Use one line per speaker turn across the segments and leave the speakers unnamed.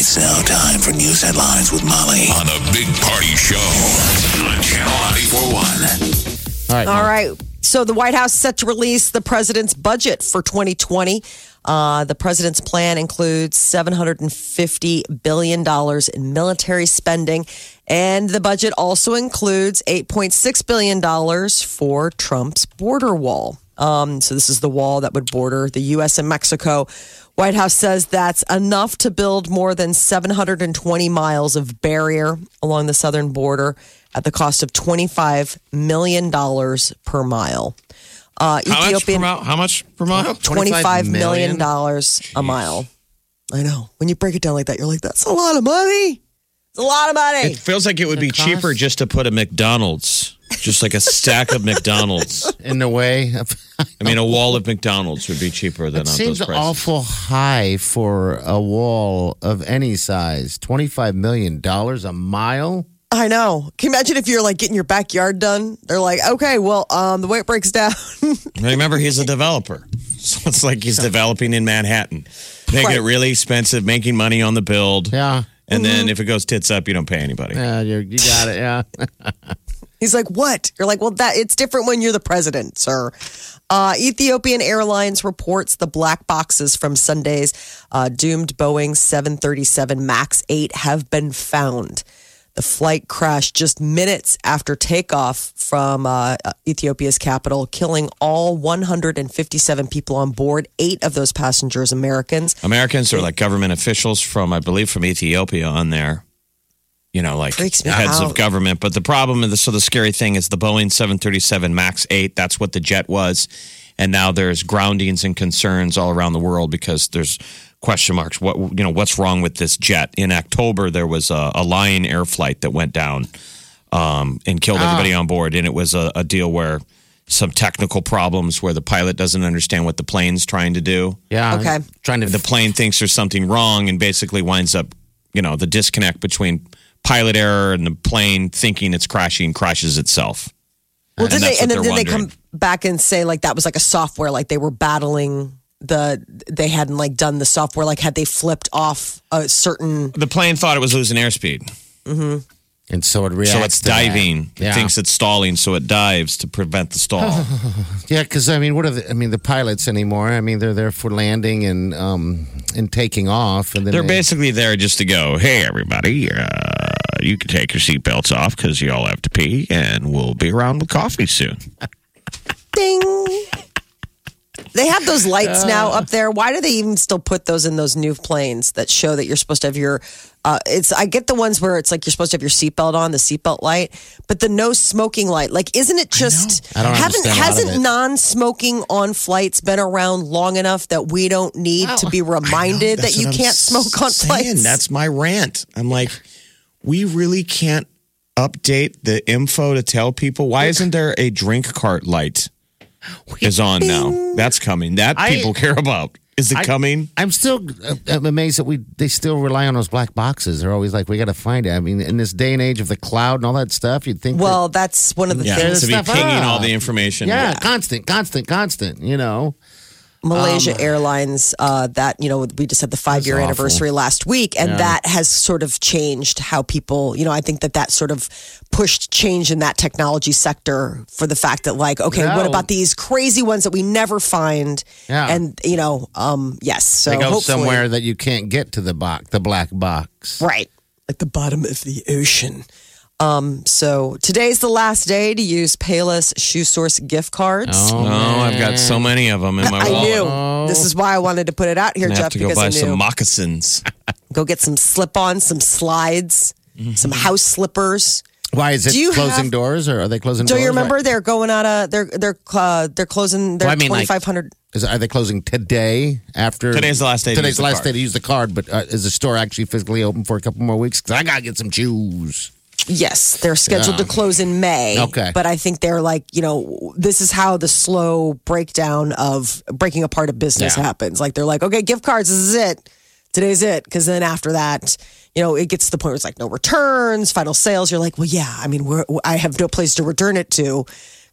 It's now time for news headlines with Molly on the Big Party Show on Channel 941.
All right.
All right. So the White House set to release the president's budget for 2020. Uh, the president's plan includes $750 billion in military spending. And the budget also includes $8.6 billion for Trump's border wall. Um, so this is the wall that would border the U.S. and Mexico. White House says that's enough to build more than 720 miles of barrier along the southern border at the cost of $25 million per mile. Uh,
How much, per
Ethiopian, Oh,
mile? How much per mile?
$25 million dollars a mile. I know. When you break it down like that, you're like, that's a lot of money. It's a lot of money.
It feels like it would be cheaper just to put a McDonald's, just like a stack of McDonald's.
in the way. Of,
I mean, a wall of McDonald's would be cheaper than
it
on
seems
those prices.
awful high for a wall of any size. Twenty-five million dollars a mile.
I know. Can you imagine if you're like getting your backyard done? They're like, okay, well, um, the way it breaks down.
Remember, he's a developer. So it's like he's developing in Manhattan, making it really expensive, making money on the build.
Yeah. Mm-hmm.
And then if it goes tits up, you don't pay anybody.
Yeah, you you got it. Yeah.
He's like, what? You're like, well, that it's different when you're the president, sir. Uh, Ethiopian Airlines reports the black boxes from Sunday's uh, doomed Boeing 737 MAX 8 have been found. The flight crashed just minutes after takeoff from uh, Ethiopia's capital, killing all 157 people on board, eight of those passengers Americans.
Americans or like government officials from, I believe, from Ethiopia on there. You know, like
Freaks
heads
me
of
out.
government. But the problem is, so the scary thing is the Boeing 737 MAX 8, that's what the jet was. And now there's groundings and concerns all around the world because there's question marks. What, you know, what's wrong with this jet? In October, there was a, a Lion Air flight that went down um, and killed
Ah.
everybody on board. And it was a, a deal where some technical problems where the pilot doesn't understand what the plane's trying to do
Yeah.
Okay.
Trying to
the plane thinks there's something wrong and basically winds up, you know, the disconnect between pilot error and the plane thinking it's crashing crashes itself.
Well, then
And
they
that's
and then,
what
then they
they're
come back and say like that was like a software, like they were battling the they hadn't like done the software, like had they flipped off a certain.
The plane thought it was losing airspeed,
and so it reacts.
so it's
to that.
diving. It
Yeah.
thinks it's stalling, so it dives to prevent the stall.
Yeah, because I mean, what are the, I mean the pilots anymore? I mean, they're there for landing and um and taking off, and then
They're
they-
basically there just to go, hey, everybody, uh, you can take your seatbelts off because you all have to pee, and we'll be around with coffee soon.
Ding. They have those lights now up there. Why do they even still put those in those new planes that show that you're supposed to have your? Uh, it's I get the ones where it's like you're supposed to have your seatbelt on, the seatbelt light, but the no smoking light. Like, isn't it just?
I don't
haven't
understand a lot of
hasn't
it.
non-smoking on flights been around long enough that we don't need to be reminded that
That's
you
what I'm
can't smoke on
saying.
flights?
That's my rant. I'm like, we really can't update the info to tell people why isn't there a drink cart light is on now? That's coming. That
I-
people care about. Is it
I-
coming?
I'm still uh, I'm amazed that we they still rely on those black boxes. They're always like, we got to find it. I mean, in this day and age of the cloud and all that stuff, you'd think. that-
Well, that's one of the
Yeah,
things.
to be
stuff
pinging
up.
all the information.
yeah, constant, constant, constant. You know,
Malaysia Airlines, uh, that, you know, we just had the five year anniversary last week, and that has sort of changed how people, you know, I think that that sort of pushed change in that technology sector for the fact that, like, okay, what
No.
about these crazy ones that we never find?
Yeah.
And, you know, um, yes. So
they go
hopefully-
somewhere that you can't get to the box, the black box.
Right. Like the bottom of the ocean. Um, so today's the last day to use Payless Shoe Source gift cards.
Oh, I've got so many of them in my
I
wallet.
knew. This is why I wanted to put it out here,
I have
Jeff,
to go
because I
buy
knew.
some moccasins.
go get some slip-ons, some slides, some house slippers.
Why is it
Do you
closing
have-
doors or are they closing
Do
doors?
you remember they're going out of they're they're uh, they're closing their
Well, I mean,
twenty
like-
five hundred.
Is, are they closing today? After
Today's the last day to
Today's
use
the
the
last
card.
day to use the card. But uh, is the store actually physically open for a couple more weeks? Because I gotta get some shoes.
Yes, they're scheduled to
Yeah.
close in May.
Okay.
But I think they're like, you know, this is how the slow breakdown of breaking apart a business
Yeah.
happens. Like they're like, okay, gift cards, this is it. Today's it. Because then after that, you know, it gets to the point where it's like no returns, final sales. You're like, well, yeah, I mean, we're, I have no place to return it to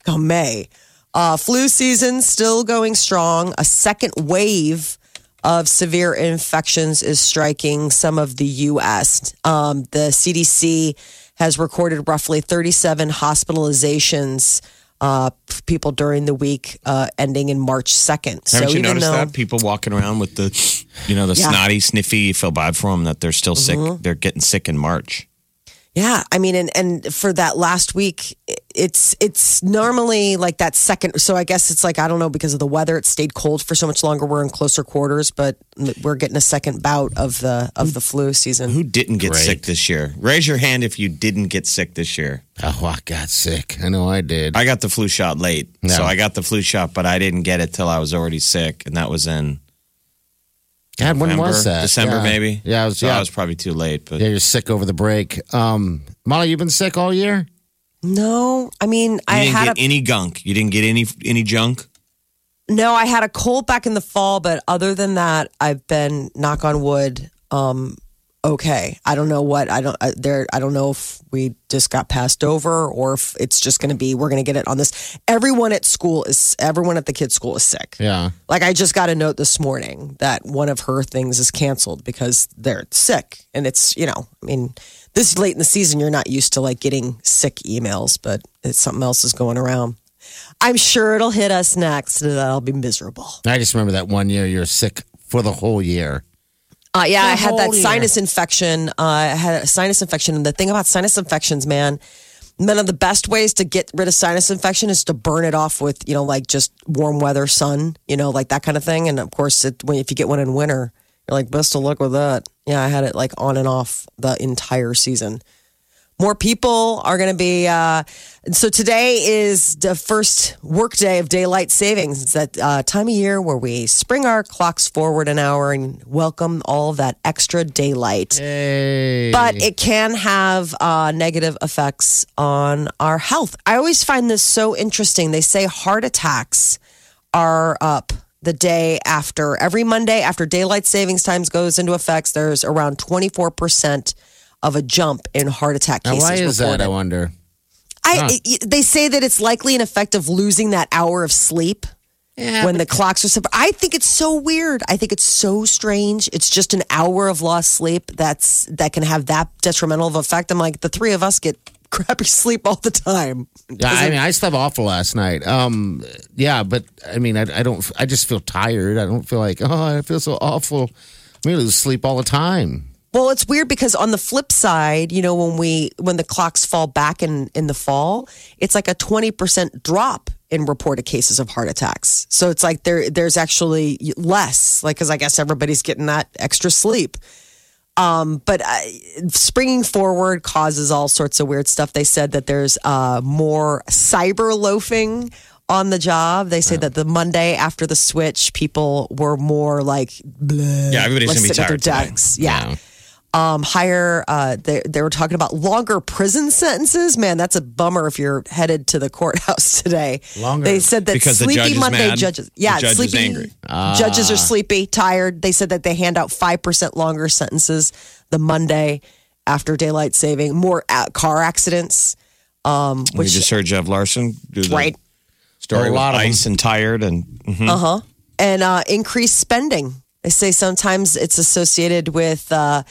come May. Uh, flu season still going strong. A second wave of severe infections is striking some of the U.S. Um, the CDC has recorded roughly 37 hospitalizations uh, f- people during the week uh, ending in March 2nd.
Haven't you noticed that people walking around with the, you know, the
Yeah. Mm-hmm.
snotty, sniffy? You feel bad for them that they're still sick. They're getting sick in March.
Yeah, I mean, and and for that last week, i- it's it's normally like that second. So I guess it's like I don't know because of the weather, it stayed cold for so much longer. We're in closer quarters, but we're getting a second bout of the of the flu season.
Who didn't get
Great.
sick this year? Raise your hand if you didn't get sick this year.
Oh, I got sick. I know I did.
I got the flu shot late,
No.
so I got the flu shot, but I didn't get it till I was already sick, and that was in
God, when
November,
was that?
December
Yeah.
maybe.
Yeah, I was,
so
yeah,
I was probably too late, but
yeah. You're sick over the break. Um, Molly, you've been sick all year.
No, I mean, I
you didn't
had a
get any gunk. You didn't get any any junk.
No, I had a cold back in the fall, but other than that, I've been knock on wood. Um, okay, I don't know what I don't I, there. I don't know if we just got passed over or if it's just going to be we're going to get it on this. Everyone at school is everyone at the kids' school is sick.
Yeah.
Like I just got a note this morning that one of her things is canceled because they're sick, and it's you know, I mean, this late in the season, you're not used to like getting sick emails, but it's something else is going around. I'm sure it'll hit us next, and I'll be miserable.
I just remember that one year you were sick for the whole year.
Uh, yeah, I had that
whole year.
sinus infection. Uh, I had a sinus infection, and the thing about sinus infections, man, one of the best ways to get rid of sinus infection is to burn it off with you know like just warm weather, sun, you know, like that kind of thing. And of course, it, when if you get one in winter, you're like best of luck with that. Yeah, I had it like on and off the entire season. More people are going to be. Uh, so today is the first work day of daylight savings. It's that uh, time of year where we spring our clocks forward an hour and welcome all that extra daylight.
Hey.
But it can have uh, negative effects on our health. I always find this so interesting. They say heart attacks are up the day after every Monday after daylight savings times goes into effects. There's around 24 percent of a jump in heart attack
now,
cases.
why is
reported.
that? I wonder.
I, they say that it's likely an effect of losing that hour of sleep when the clocks are. Separ- I think it's so weird. I think it's so strange. It's just an hour of lost sleep that's that can have that detrimental of effect. I'm like the three of us get crappy sleep all the time.
Yeah, I mean, I slept awful last night. Um, yeah, but I mean, I, I don't. I just feel tired. I don't feel like oh, I feel so awful. I mean, I lose sleep all the time.
Well, it's weird because on the flip side, you know, when we when the clocks fall back in in the fall, it's like a twenty percent drop in reported cases of heart attacks. So it's like there there's actually less, like because I guess everybody's getting that extra sleep. Um, but I, springing forward causes all sorts of weird stuff. They said that there's uh, more cyber loafing on the job. They say that the Monday after the switch, people were more like, bleh,
Yeah, everybody's
like
gonna be
sitting at their
tired today.
desks. Yeah. Um, higher, uh, they, they were talking about longer prison sentences. Man, that's a bummer if you're headed to the courthouse today.
Longer.
They said that
Because the
sleepy
judge is
Monday
mad.
judges.
The
Yeah,
judge is
sleepy
angry. Ah.
judges are sleepy, tired. They said that they hand out five percent longer sentences the Monday after daylight saving. More a car accidents, um,
we
which
just heard Jeff Larson do the
right,
story
A
with
lot of 'em.
ice and tired and mm-hmm.
uh huh, and uh, increased spending. They say sometimes it's associated with uh,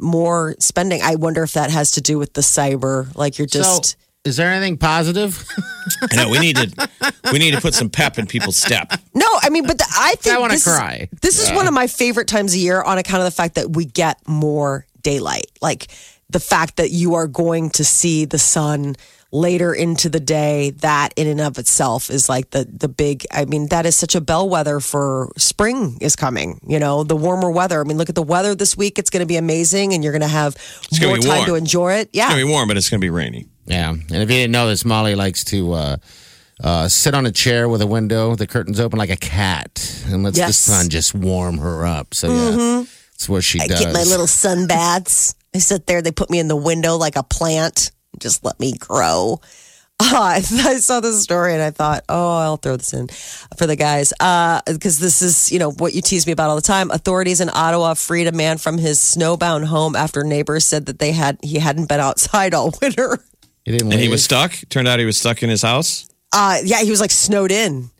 more spending. I wonder if that has to do with the cyber, like you're just.
so, is there anything positive?
I know we need to we need to put some pep in people's step.
No, I mean, but the, I think
wanna
this is-
cry.
this is one of my favorite times of year on account of the fact that we get more daylight, like the fact that you are going to see the sun later into the day. That in and of itself is like the the big. I mean, that is such a bellwether for spring is coming. You know, the warmer weather. I mean, look at the weather this week. It's going to be amazing, and you're going to have
gonna
more
be
time
warm.
to enjoy it.
It's
Yeah,
gonna be warm, but it's gonna be rainy.
yeah, and if you didn't know this, Molly likes to uh, Uh, sit on a chair with a window, the curtains open like a cat, and lets the
Yes. Mm-hmm.
sun just warm her up. So yeah, that's what she
I
does.
get my little sun baths. I sit there. They put me in the window like a plant. Just let me grow. Ah, I saw this story and I thought, oh, I'll throw this in for the guys because this is, you know, what you tease me about all the time. Authorities in Ottawa freed a man from his snowbound home after neighbors said that they had he hadn't been outside all winter.
He didn't
And he
leave.
was stuck. Turned out he was stuck in his house.
Uh, yeah, he was like snowed in.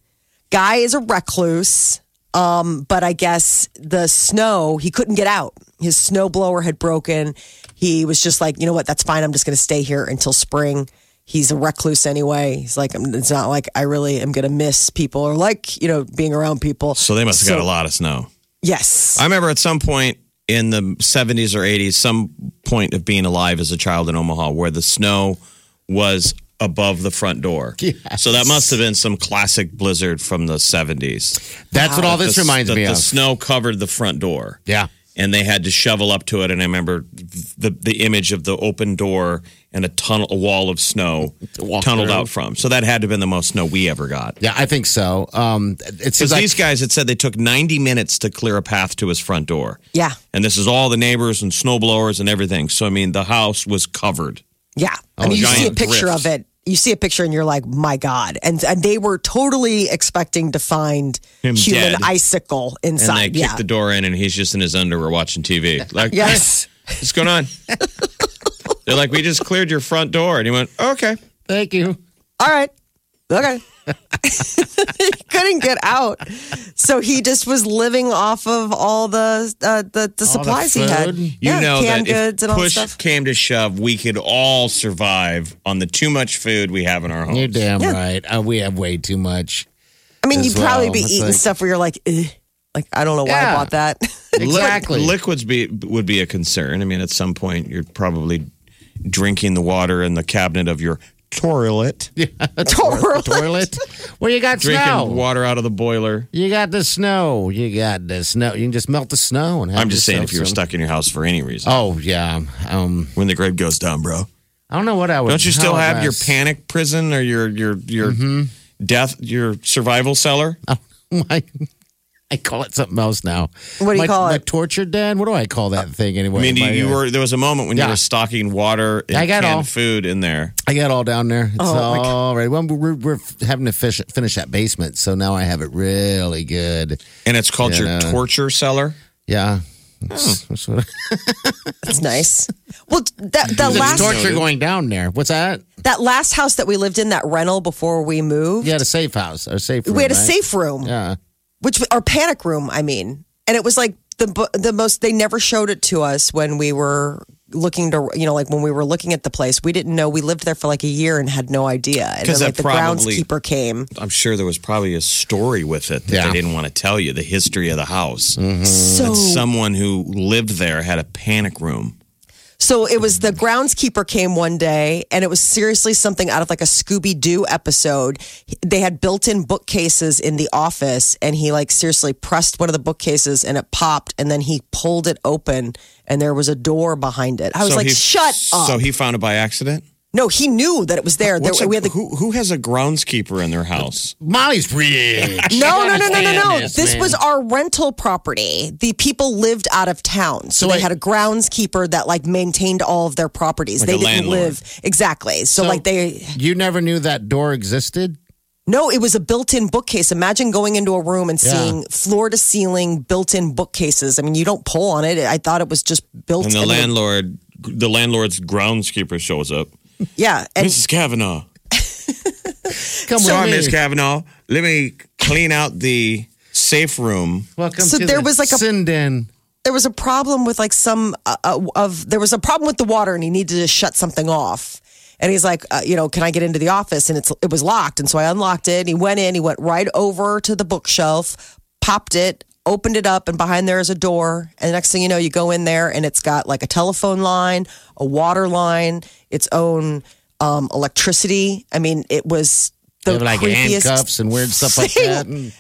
Guy is a recluse, um, but I guess the snow, he couldn't get out. His snow blower had broken. He was just like, you know what, that's fine. I'm just going to stay here until spring. He's a recluse anyway. He's like, I'm- it's not like I really am going to miss people or like, you know, being around people.
So they must have got
So-
a lot of snow.
Yes.
I remember at some point in the 70s or 80s, some point of being alive as a child in Omaha where the snow was above the front door. So that must have been some classic blizzard from the 70s.
That's what all Oh, this
The-
reminds
that
me
the
of.
snow covered the front door.
Yeah.
And they had to shovel up to it. And I remember the, the image of the open door and a tunnel, a wall of snow
walk
tunneled
through.
out from. So that had to have been the most snow we ever got.
Yeah, I think so. Um, it seems
Because
like
these guys had said they took 90 minutes to clear a path to his front door.
Yeah.
And this is all the neighbors and snowblowers and everything. So, I mean, the house was covered.
Yeah. I mean, you see a
Oh, giant
picture
drifts.
of it. You see a picture and you're like, my God. And, and they were totally expecting to find
Him
human
dead.
icicle
And they
inside.
kicked
yeah.
the door in, and he's just in his underwear watching TV. Like,
Yes.
"Hey, what's going on? They're like, we just cleared your front door. And he went, okay.
thank you.
all right, okay. he couldn't get out, so he just was living off of all the uh, the, the supplies he had.
food?
You
yeah,
know
canned
that
goods
if
and all that
push
stuff.
came to shove, we could all survive on the too much food we have in our home.
You're damn
Yeah.
right. Uh, we have way too much.
I mean,
as
you'd probably
well.
be
It's
eating
like-
stuff where you're like, "Ugh." like I don't know why I
Yeah.
bought that.
Exactly.
Liquids be would be a concern. I mean, at some point, you're probably drinking the water in the cabinet of your toilet,
Totally.
toilet. Well, you got
drinking
snow.
water out of the boiler.
You got the snow. You got the snow. You can just melt the snow and have
I'm just saying,
yourself
if you were
some-
stuck in your house for any reason,
Oh yeah. Um,
when the grid goes down, bro,
I don't know what I would.
don't you still
how I'd
have your
ask.
panic prison or your your your
Mm-hmm.
death your survival cellar?
my I call it something else now.
What do you
my,
call
my
it?
torture den? What do I call that thing anyway?
I mean, you,
My,
you
uh,
were there was a moment when you
Yeah.
were stocking water and
I got
canned
all-
food in there.
I got all down there. It's
Oh, my God.
all right. Well, we're, we're having to fish, finish that basement, so now I have it really good.
And it's called your
Yeah.
torture cellar.
Yeah. That's-
Hmm.
that's what I-
That's nice. Well, that that
There's
last
torture going down there. What's that?
that last house that we lived in, that rental before we moved,
You had a safe house or safe. Room,
we had a
right?
safe room.
Yeah.
which our panic room, I mean, and it was like the bu- the most they never showed it to us when we were looking to you know like when we were looking at the place we didn't know we lived there for like a year and had no idea and
'Cause
then like
that
the
probably-
groundskeeper came
I'm sure there was probably a story with it that
Yeah. Mm-hmm.
they didn't want to tell you the history of the house.
so
Someone who lived there had a panic room.
so it was the groundskeeper came one day and it was seriously something out of like a scooby-doo episode they had built-in bookcases in the office and he like seriously pressed one of the bookcases and it popped and then he pulled it open and there was a door behind it i was
So
like
he-
shut up
So he found it by accident.
No, he knew that it was there. There-
What's a-
we had the,
who, who has a groundskeeper in their house?
Molly's rich.
no, no, no, no, no, no.
Yes,
This
man.
was our rental property. The people lived out of town, so,
So
they
I-
had a groundskeeper that like maintained all of their properties.
Like
they
a
didn't
landlord.
live exactly. So,
So-
like they,
You never knew that door existed.
no, it was a built-in bookcase. Imagine going into a room and
Yeah.
seeing floor-to-ceiling built-in bookcases. I mean, you don't pull on it. I thought it was just built.
And the
into
landlord, the landlord's groundskeeper shows up.
yeah, and
Mrs. Kavanaugh.
Come
Sorry,
on,
Miss Kavanaugh. Let me clean out the safe room.
Welcome
So
to
there
the
was like a-
sin den.
there was a problem with like some uh, uh, of there was a problem with the water and he needed to shut something off and he's like uh, you know can i get into the office and it's it was locked and so i unlocked it and he went in he went right over to the bookshelf popped it opened it up and behind there is a door and the next thing you know you go in there and it's got like a telephone line a water line its own um, electricity i mean it was
They
the
have like
creepiest
handcuffs and weird stuff like
thing
that. And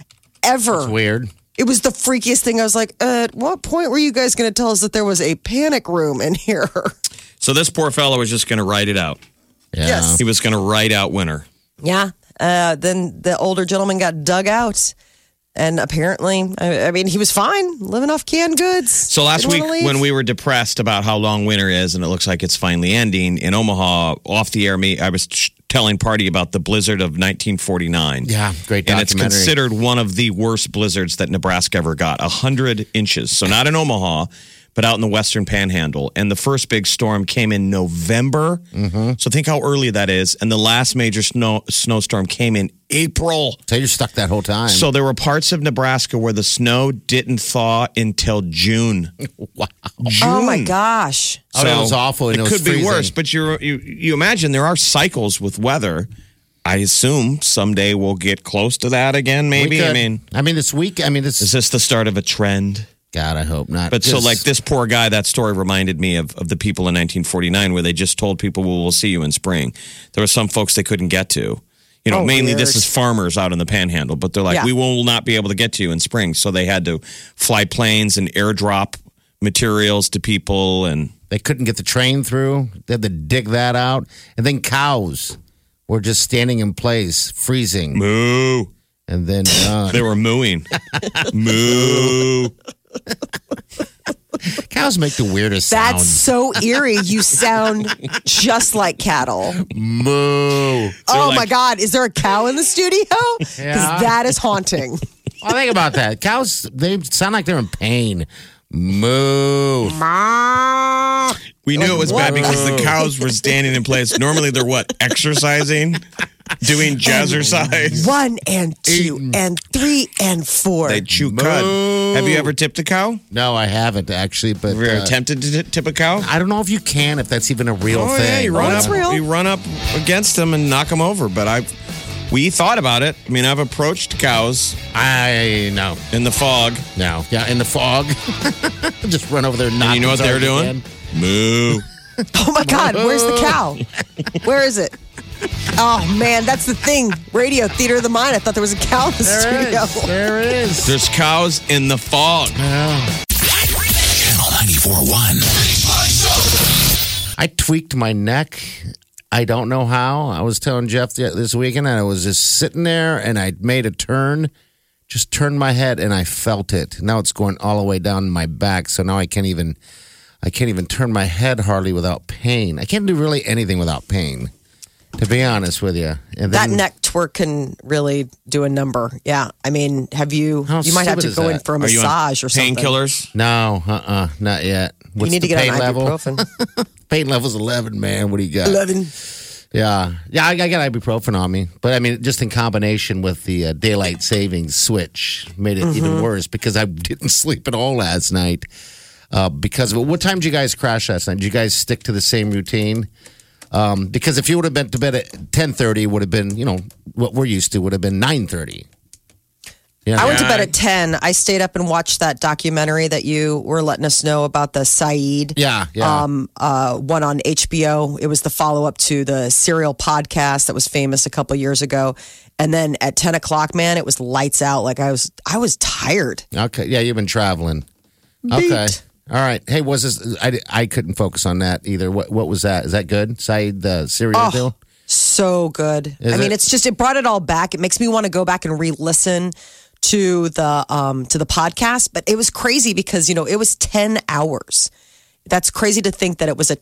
ever
it's weird.
it was the freakiest thing. I was like, uh, at what point were you guys going to tell us that there was a panic room in here?
So this poor fellow was just going to write it out.
Yeah.
Yes.
He was going to write out winter.
Yeah. Uh, then the older gentleman got dug out. And apparently, I, I mean, he was fine living off canned goods.
So last week, when we were depressed about how long winter is, and it looks like it's finally ending in Omaha, off the air, me I was sh- telling party about the blizzard of 1949.
Yeah, great
and it's
documentary.
considered one of the worst blizzards that Nebraska ever got. A hundred inches, so not in Omaha, but out in the Western Panhandle. And the first big storm came in November.
Mm-hmm.
So think how early that is. And the last major snow snowstorm came in April.
So you're stuck that whole time.
So there were parts of Nebraska where the snow didn't thaw until June.
wow.
Oh my
Mm.
gosh.
Oh, that was awful, and
it
it was
could be
freezing.
worse, but you you you imagine there are cycles with weather. I assume someday we'll get close to that again.
We
Maybe I
could-
mean,
I mean, this week. I mean, this
is
is
this the start of a trend?
God. I hope not.
But so,
Just-
like this poor guy, that story reminded me of, of the people in 1949 where they just told people, well, we'll see you in spring. There were some folks they couldn't get to. You know,
Oh,
mainly this
weird.
is farmers out in the panhandle, but they're like,
Yeah.
we will not be able to get to you in spring. So they had to fly planes and airdrop materials to people. And
They couldn't get the train through. They had to dig that out. And then cows were just standing in place, freezing.
moo.
And then uh,
They were mooing. moo.
cows make the weirdest
That's
sound.
so eerie. You sound just like cattle.
Moo.
oh
like-
my God. Is there a cow in the studio? Because
Yeah.
that is haunting.
Well, think about that. Cows, they sound like they're in pain. Moo.
We knew it was bad
What?
because the cows were standing in place. Normally they're what? Exercising? Doing jazzercise?
One and two and three and four.
They chew cud. Have you ever tipped a cow?
No, I haven't actually, but
Have you ever
uh,
attempted to t- tip a cow?
I don't know if you can, if that's even a real
Oh
thing.
yeah, you run
Oh,
up,
that's real.
you run up against them and knock them over. But I, we thought about it. I mean, I've approached cows
I know.
in the fog.
No. Yeah, in the fog. just run over there and knock
And you know what
as
they're
hard as you
doing?
can.
Moo.
Oh my God, where's the cow? Where is it? Oh man, that's the thing. Radio Theater of the Mind. I thought there was a cow in the
There
studio.
is. There is.
There's cows in the fog.
Channel 941.
I tweaked my neck. I don't know how. I was telling Jeff th- this weekend, and I was just sitting there, and I made a turn, just turned my head, and I felt it. Now it's going all the way down my back, so now I can't even, I can't even turn my head hardly without pain. I can't do really anything without pain, to be honest with you. And
That
then-
neck twerk can really do a number. Yeah. I mean, have you
How
you might have to
stupid is
go in
that?
for a
Are you on
massage or something.
painkillers?
No, uh, uh not yet.
You
What's
need to
the
get
pain
on
level?
ibuprofen.
Pain level's eleven, man. What do you got?
Eleven.
Yeah, yeah, I, I got ibuprofen on me, but I mean, just in combination with the uh, daylight savings switch made it
Mm-hmm.
even worse because I didn't sleep at all last night uh, because of it. What time did you guys crash last night? Did you guys stick to the same routine? Um, because if you would have been to bed at ten thirty, would have been you know what we're used to would have been nine thirty. Yeah,
I went to bed at ten. I stayed up and watched that documentary that you were letting us know about the Saeed.
yeah, yeah.
um, uh, one on HBO. It was the follow up to the Serial podcast that was famous a couple years ago. And then at ten o'clock, man, it was lights out. Like I was, I was tired.
Okay. Yeah, you've been traveling. Okay. All right. Hey, was this? I, I couldn't focus on that either. What What was that? Is that good? Saeed the cereal deal.
So good.
Is
I mean,
it?
it's just it brought it all back. It makes me want to go back and re-listen to the um to the podcast. But it was crazy because you know it was ten hours. That's crazy to think that it was a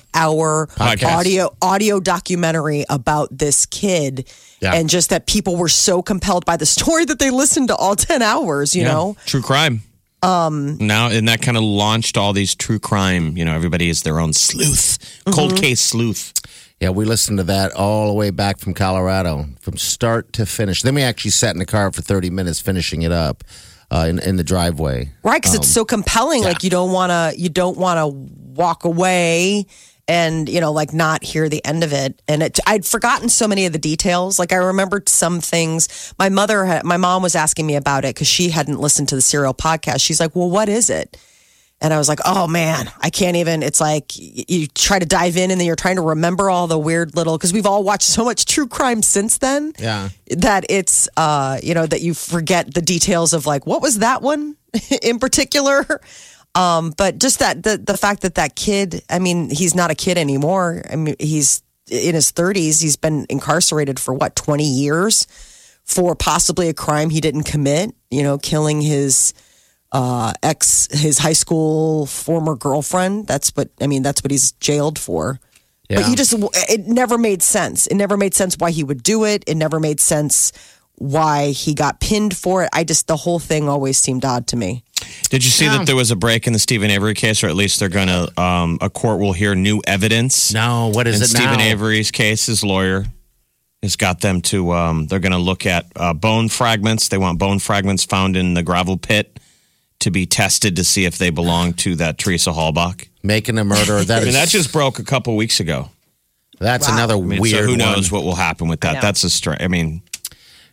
ten-hour
Podcast.
audio audio documentary about this kid,
Yeah.
and just that people were so compelled by the story that they listened to all ten hours. You know,
True crime. Um, now, and that kind of launched all these true crime. You know, everybody is their own sleuth,
Mm-hmm.
cold case sleuth.
Yeah, we listened to that all the way back from Colorado, from start to finish. Then we actually sat in the car for thirty minutes finishing it up uh, in in the driveway.
right because it's so compelling like you don't want to you don't want to walk away and you know like not hear the end of it and it, i'd forgotten so many of the details like i remembered some things my mother had, my mom was asking me about it because she hadn't listened to the serial podcast she's like well what is it and I was like, oh man, I can't even. It's like y- you try to dive in and then you're trying to remember all the weird little, because we've all watched so much true crime since then.
Yeah.
That it's, uh, you know, that you forget the details of like, what was that one in particular? Um, but just that, the, the fact that that kid, I mean, he's not a kid anymore. I mean, he's in his 30s. He's been incarcerated for what 20 years for possibly a crime he didn't commit. You know, killing his uh, ex, his high school former girlfriend. That's what I mean. That's what he's jailed for. But
Yeah.
you just, it never made sense. It never made sense why he would do it. It never made sense why he got pinned for it. I just, the whole thing always seemed odd to me.
Did you see that there was a break in the Stephen Avery case, or at least they're going to, um, a court will hear new evidence?
No, what is
in
it
Stephen
now?
Avery's case, his lawyer has got them to, um, they're going to look at uh, bone fragments. They want bone fragments found in the gravel pit to be tested to see if they belong to that Teresa Hallbach.
Making a murderer. That
I mean,
is,
that just broke a couple weeks ago.
that's another
I mean,
weird
so who
one.
knows what will happen with that?
know.
That's a strange. I mean,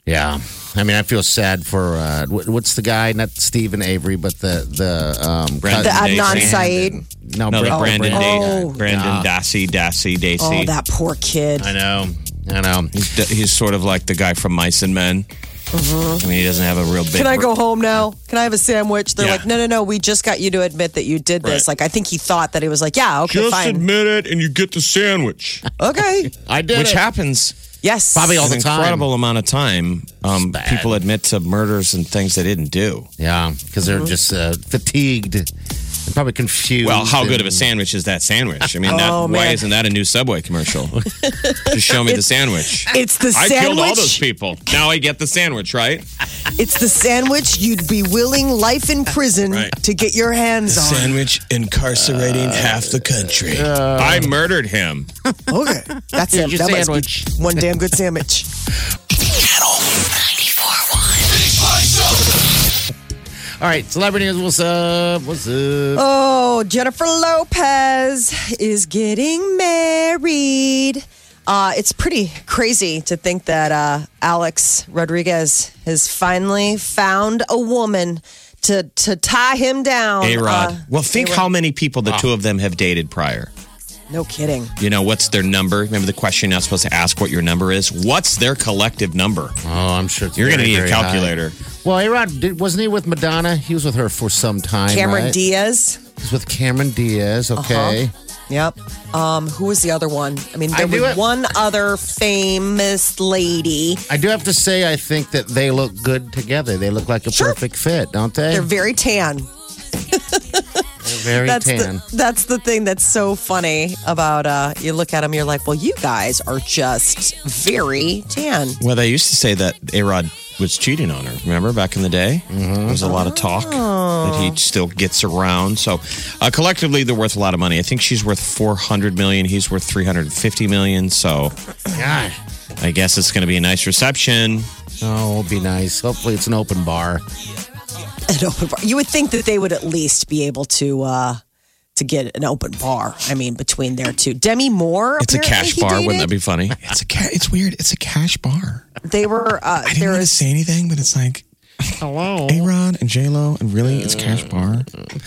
Yeah, I mean, I feel sad for uh, wh- what's the guy? Not Stephen Avery, but the the um,
Brandon
The
Daisy.
Adnan Saeed.
No,
no, the Brandon,
Brandon.
Da-
Oh.
Brandon Dassey, Dassey, Dassey.
Oh, that poor kid.
I know, I know.
He's, d- he's sort of like the guy from Mice and Men. I mean, he doesn't have a real big.
Mm-hmm. Can I go home now? Can I have a sandwich? They're
Yeah.
like, no, no, no. We just got you to admit that you did this.
Right.
Like, I think he thought that he was like, yeah, okay,
Just
fine.
admit it, and you get the sandwich,
okay.
I did
which
it.
happens
Yes.
Bobby all
an
the time.
incredible amount of time. Um,
It's bad.
people admit to murders and things they didn't do.
Yeah, because
Mm-hmm.
they're just uh, fatigued, and probably confused.
Well, how good of a
and-
sandwich is that sandwich? I mean, that,
Oh,
why
man.
isn't that a new Subway commercial? Just show me the sandwich.
It's the
I
sandwich.
killed all those people. Now I get the sandwich, right?
It's the sandwich you'd be willing life in prison
Right.
to get your hands on.
Sandwich incarcerating
Uh,
half the country. I murdered him.
Okay, that's it.
your
That must be
sandwich.
one damn good sandwich.
Channel 94.1. Big Party Show.
All right, celebrity news. What's up? What's up?
Oh, Jennifer Lopez is getting married. Uh, it's pretty crazy to think that uh, Alex Rodriguez has finally found a woman to to tie him down.
A Rod.
Uh,
well, think how many people the two of them have dated prior.
no kidding.
You know, what's their number? Remember the question you're not supposed to ask what your number is? What's their collective number?
Oh, I'm sure it's
You're going to need
very,
a
very high.
calculator.
Well, Arod did, wasn't he with Madonna? He was with her for some time.
Cameron
right?
Diaz. Uh-huh.
He's with Cameron Diaz. Okay.
Yep. Um, who was the other one? I mean, there
I knew
was
it.
one other famous lady.
I do have to say, I think that they look good together. They look like a
Sure.
perfect fit, don't they?
They're very tan.
very
That's
tan.
the that's the thing that's so funny about uh, you look at them. You're like, well, you guys are just very tan.
Well, they used to say that A Rod was cheating on her. Remember back in the day? There was a lot of talk that he still gets around. So uh, collectively, they're worth a lot of money. I think she's worth 400 million. He's worth 350 million. So
Gosh.
I guess it's going to be a nice reception.
Oh, it'll be nice. Hopefully, it's an open bar.
An open bar. You would think that they would at least be able to. Uh, to get an open bar, I mean, between their two, Demi Moore.
It's a cash bar.
apparently he
Wouldn't that be
dated.
funny?
It's a ca- it's weird. It's a cash bar.
They were. Uh,
I didn't
there
want to
is
say anything, but it's like
Hello.
A Rod and J Lo, and really, it's cash bar and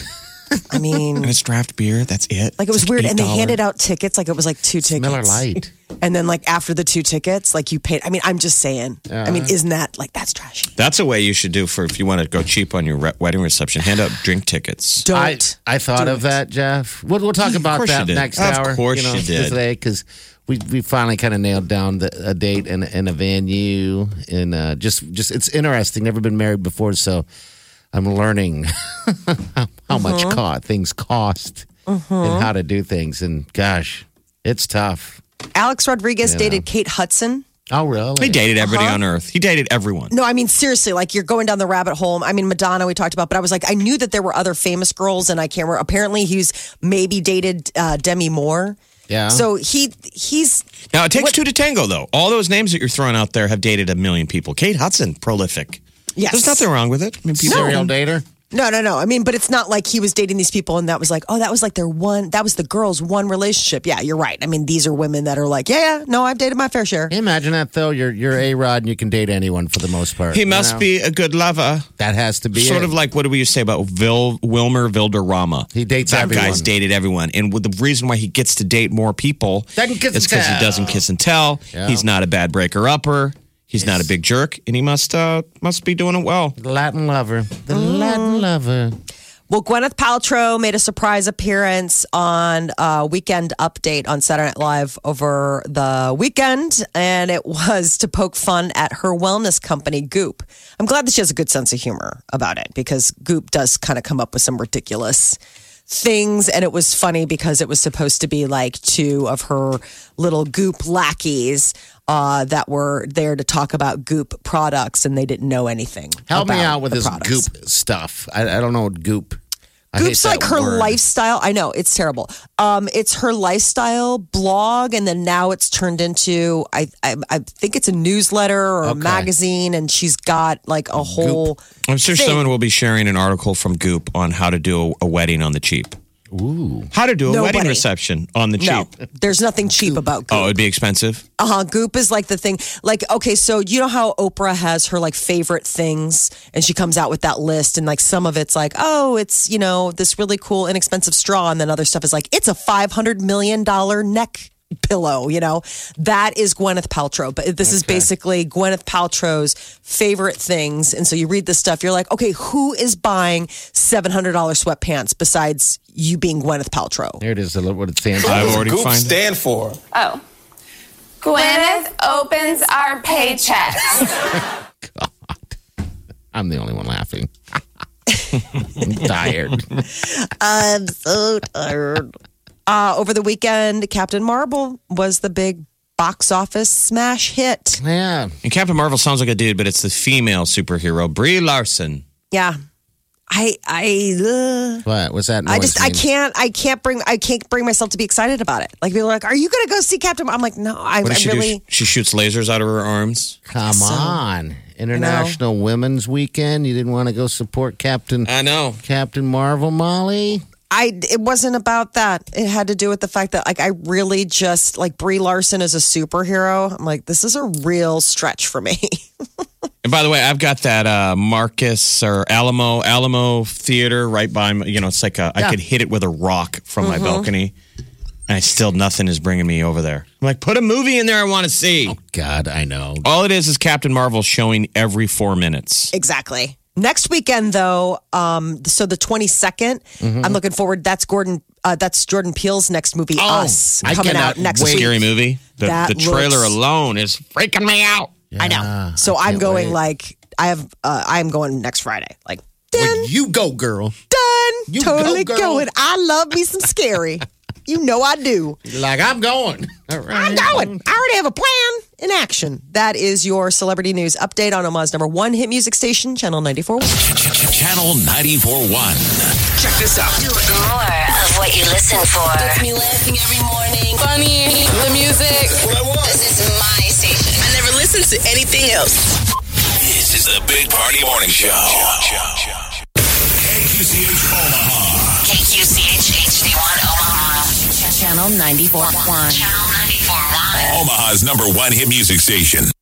I mean,
it's draft beer. That's it.
like it was
It's
weird, and they
$8.
handed out tickets. Like it was like two tickets.
Miller Light.
And then like after the two tickets, like you paid. I mean, I'm just saying. I mean, isn't that like that's trashy?
That's a way you should do for if you want to go cheap on your re- wedding reception. Hand out drink tickets.
Don't.
I, I thought
do
of that, Jeff. We'll, we'll talk about
course you
that
did.
next
Of
hour.
course you did.
Today, because we, we finally kind of nailed down the, a date and, and a venue, and uh, just just it's interesting. Never been married before, so I'm learning how, how
Uh-huh.
much co- things cost and how to do things. And gosh, it's tough.
Alex Rodriguez dated Kate Hudson.
Oh really?
He dated everybody on earth. He dated everyone.
No, I mean seriously, like you're going down the rabbit hole. I mean Madonna, we talked about, but I was like, I knew that there were other famous girls, and I can't remember. Apparently, he's maybe dated uh, Demi Moore.
Yeah.
So he he's
Now it takes two to tango, though. All those names that you're throwing out there have dated a million people. Kate Hudson, prolific.
yes.
There's nothing wrong with it. I mean, people
serial dater.
No, no, no. I mean, but it's not like he was dating these people and that was like, oh, that was like their one, that was the girl's one relationship. Yeah, you're right. I mean, these are women that are like, yeah, yeah, no, I've dated my fair share.
Imagine that though. You're you're a rod, and you can date anyone for the most part.
He
you
must
know?
be a good lover.
That has to be
Sort
it.
of like what do we say about Vil, Wilmer Vilderama?
He dates
that
everyone.
guy's dated everyone, and with the reason why he gets to date more people
Doesn't kiss
is
and
because he
tell.
doesn't kiss and tell.
Yeah.
He's not a bad breaker upper. He's not a big jerk, and he must uh, must be doing it well.
Mm.
Latin lover. The Latin lover.
Well, Gwyneth Paltrow made a surprise appearance on uh, Weekend Update on Saturday Night Live over the weekend, and it was to poke fun at her wellness company, Goop. I'm glad that she has a good sense of humor about it because Goop does kind of come up with some ridiculous things and it was funny because it was supposed to be like two of her little goop lackeys uh, that were there to talk about goop products and they didn't know anything
Help me
about
out with
the
this
products.
goop stuff. I, I don't know what goop. I hate
Goop's
that
like her
word.
lifestyle. I know it's terrible. Um, it's her lifestyle blog, and then now it's turned into I I, I think it's a newsletter or a
Okay.
magazine, and she's got like a whole.
I'm sure
Thing.
someone will be sharing an article from Goop on how to do a, a wedding on the cheap. Ooh. How to do a wedding
Nobody.
reception on the cheap.
No, there's nothing cheap about Goop.
Oh, it'd be expensive.
Uh-huh. Goop is like the thing. Like, okay, so you know how Oprah has her like favorite things and she comes out with that list and like some of it's like, oh, it's, you know, this really cool inexpensive straw and then other stuff is like, it's a five hundred million dollar neck pillow, you know? That is Gwyneth Paltrow. But this is basically Gwyneth Paltrow's favorite things. And so you read this stuff, you're like, okay, who is buying seven hundred dollar sweatpants besides you being Gwyneth Paltrow?
There it is. What it stands
I've
for.
already
Goop
find it.
stand for?
Oh. Gwyneth opens our paychecks.
I'm the only one laughing. I'm tired.
I'm so tired. Uh, over the weekend, Captain Marvel was the big box office smash hit.
Yeah.
And Captain Marvel sounds like a dude, but it's the female superhero, Brie Larson.
Yeah, I, I, uh,
What? What's that? Noise
I just, I
mean?
can't, I can't bring, I can't bring myself to be excited about it. Like people are like, "Are you going to go see Captain?" Mar-" I'm like, "No, I, I
What does she
really."
do? She shoots lasers out of her arms.
Come on. International Women's Weekend. You didn't want to go support Captain
I know.
Captain Marvel, Molly?
I it wasn't about that. It had to do with the fact that like I really just like Brie Larson is a superhero. I'm like, this is a real stretch for me.
And by the way, I've got that uh, Marcus or Alamo Alamo Theater right by my, you know, it's like a, I could hit it with a rock from
Mm-hmm.
my balcony. And I still, nothing is bringing me over there. I'm like, put a movie in there I want to see.
God, I know.
All it is is Captain Marvel showing every four minutes.
Exactly. Next weekend, though, um, so the 22nd, I'm looking forward. That's Gordon. Uh, that's Jordan Peele's next movie, Us,
Oh, I
coming
cannot
out next
wait.
week.
Scary movie. The,
That
the trailer
looks-
alone is freaking me out.
I know.
Ah,
So I'm going like I have. Uh, I'm going next Friday. Like done,
Well, you go, girl.
done,
you go,
totally
girl.
going. I love me some scary. you know I do.
Like, I'm going. All right.
I'm going. I already have a plan in action. That is your celebrity news update on Omaha's number one hit music station, Channel 94.
Channel 94.1.
Check this out.
More of what you listen for. Gets me laughing every morning. Funny. The music.
What I want.
This is my station.
I never listen to anything else.
This is the Big Party Morning Show. KQCH Omaha.
KQCHHD1 Omaha. Channel 94.1. Channel 94.1.
Omaha's number one hit music station.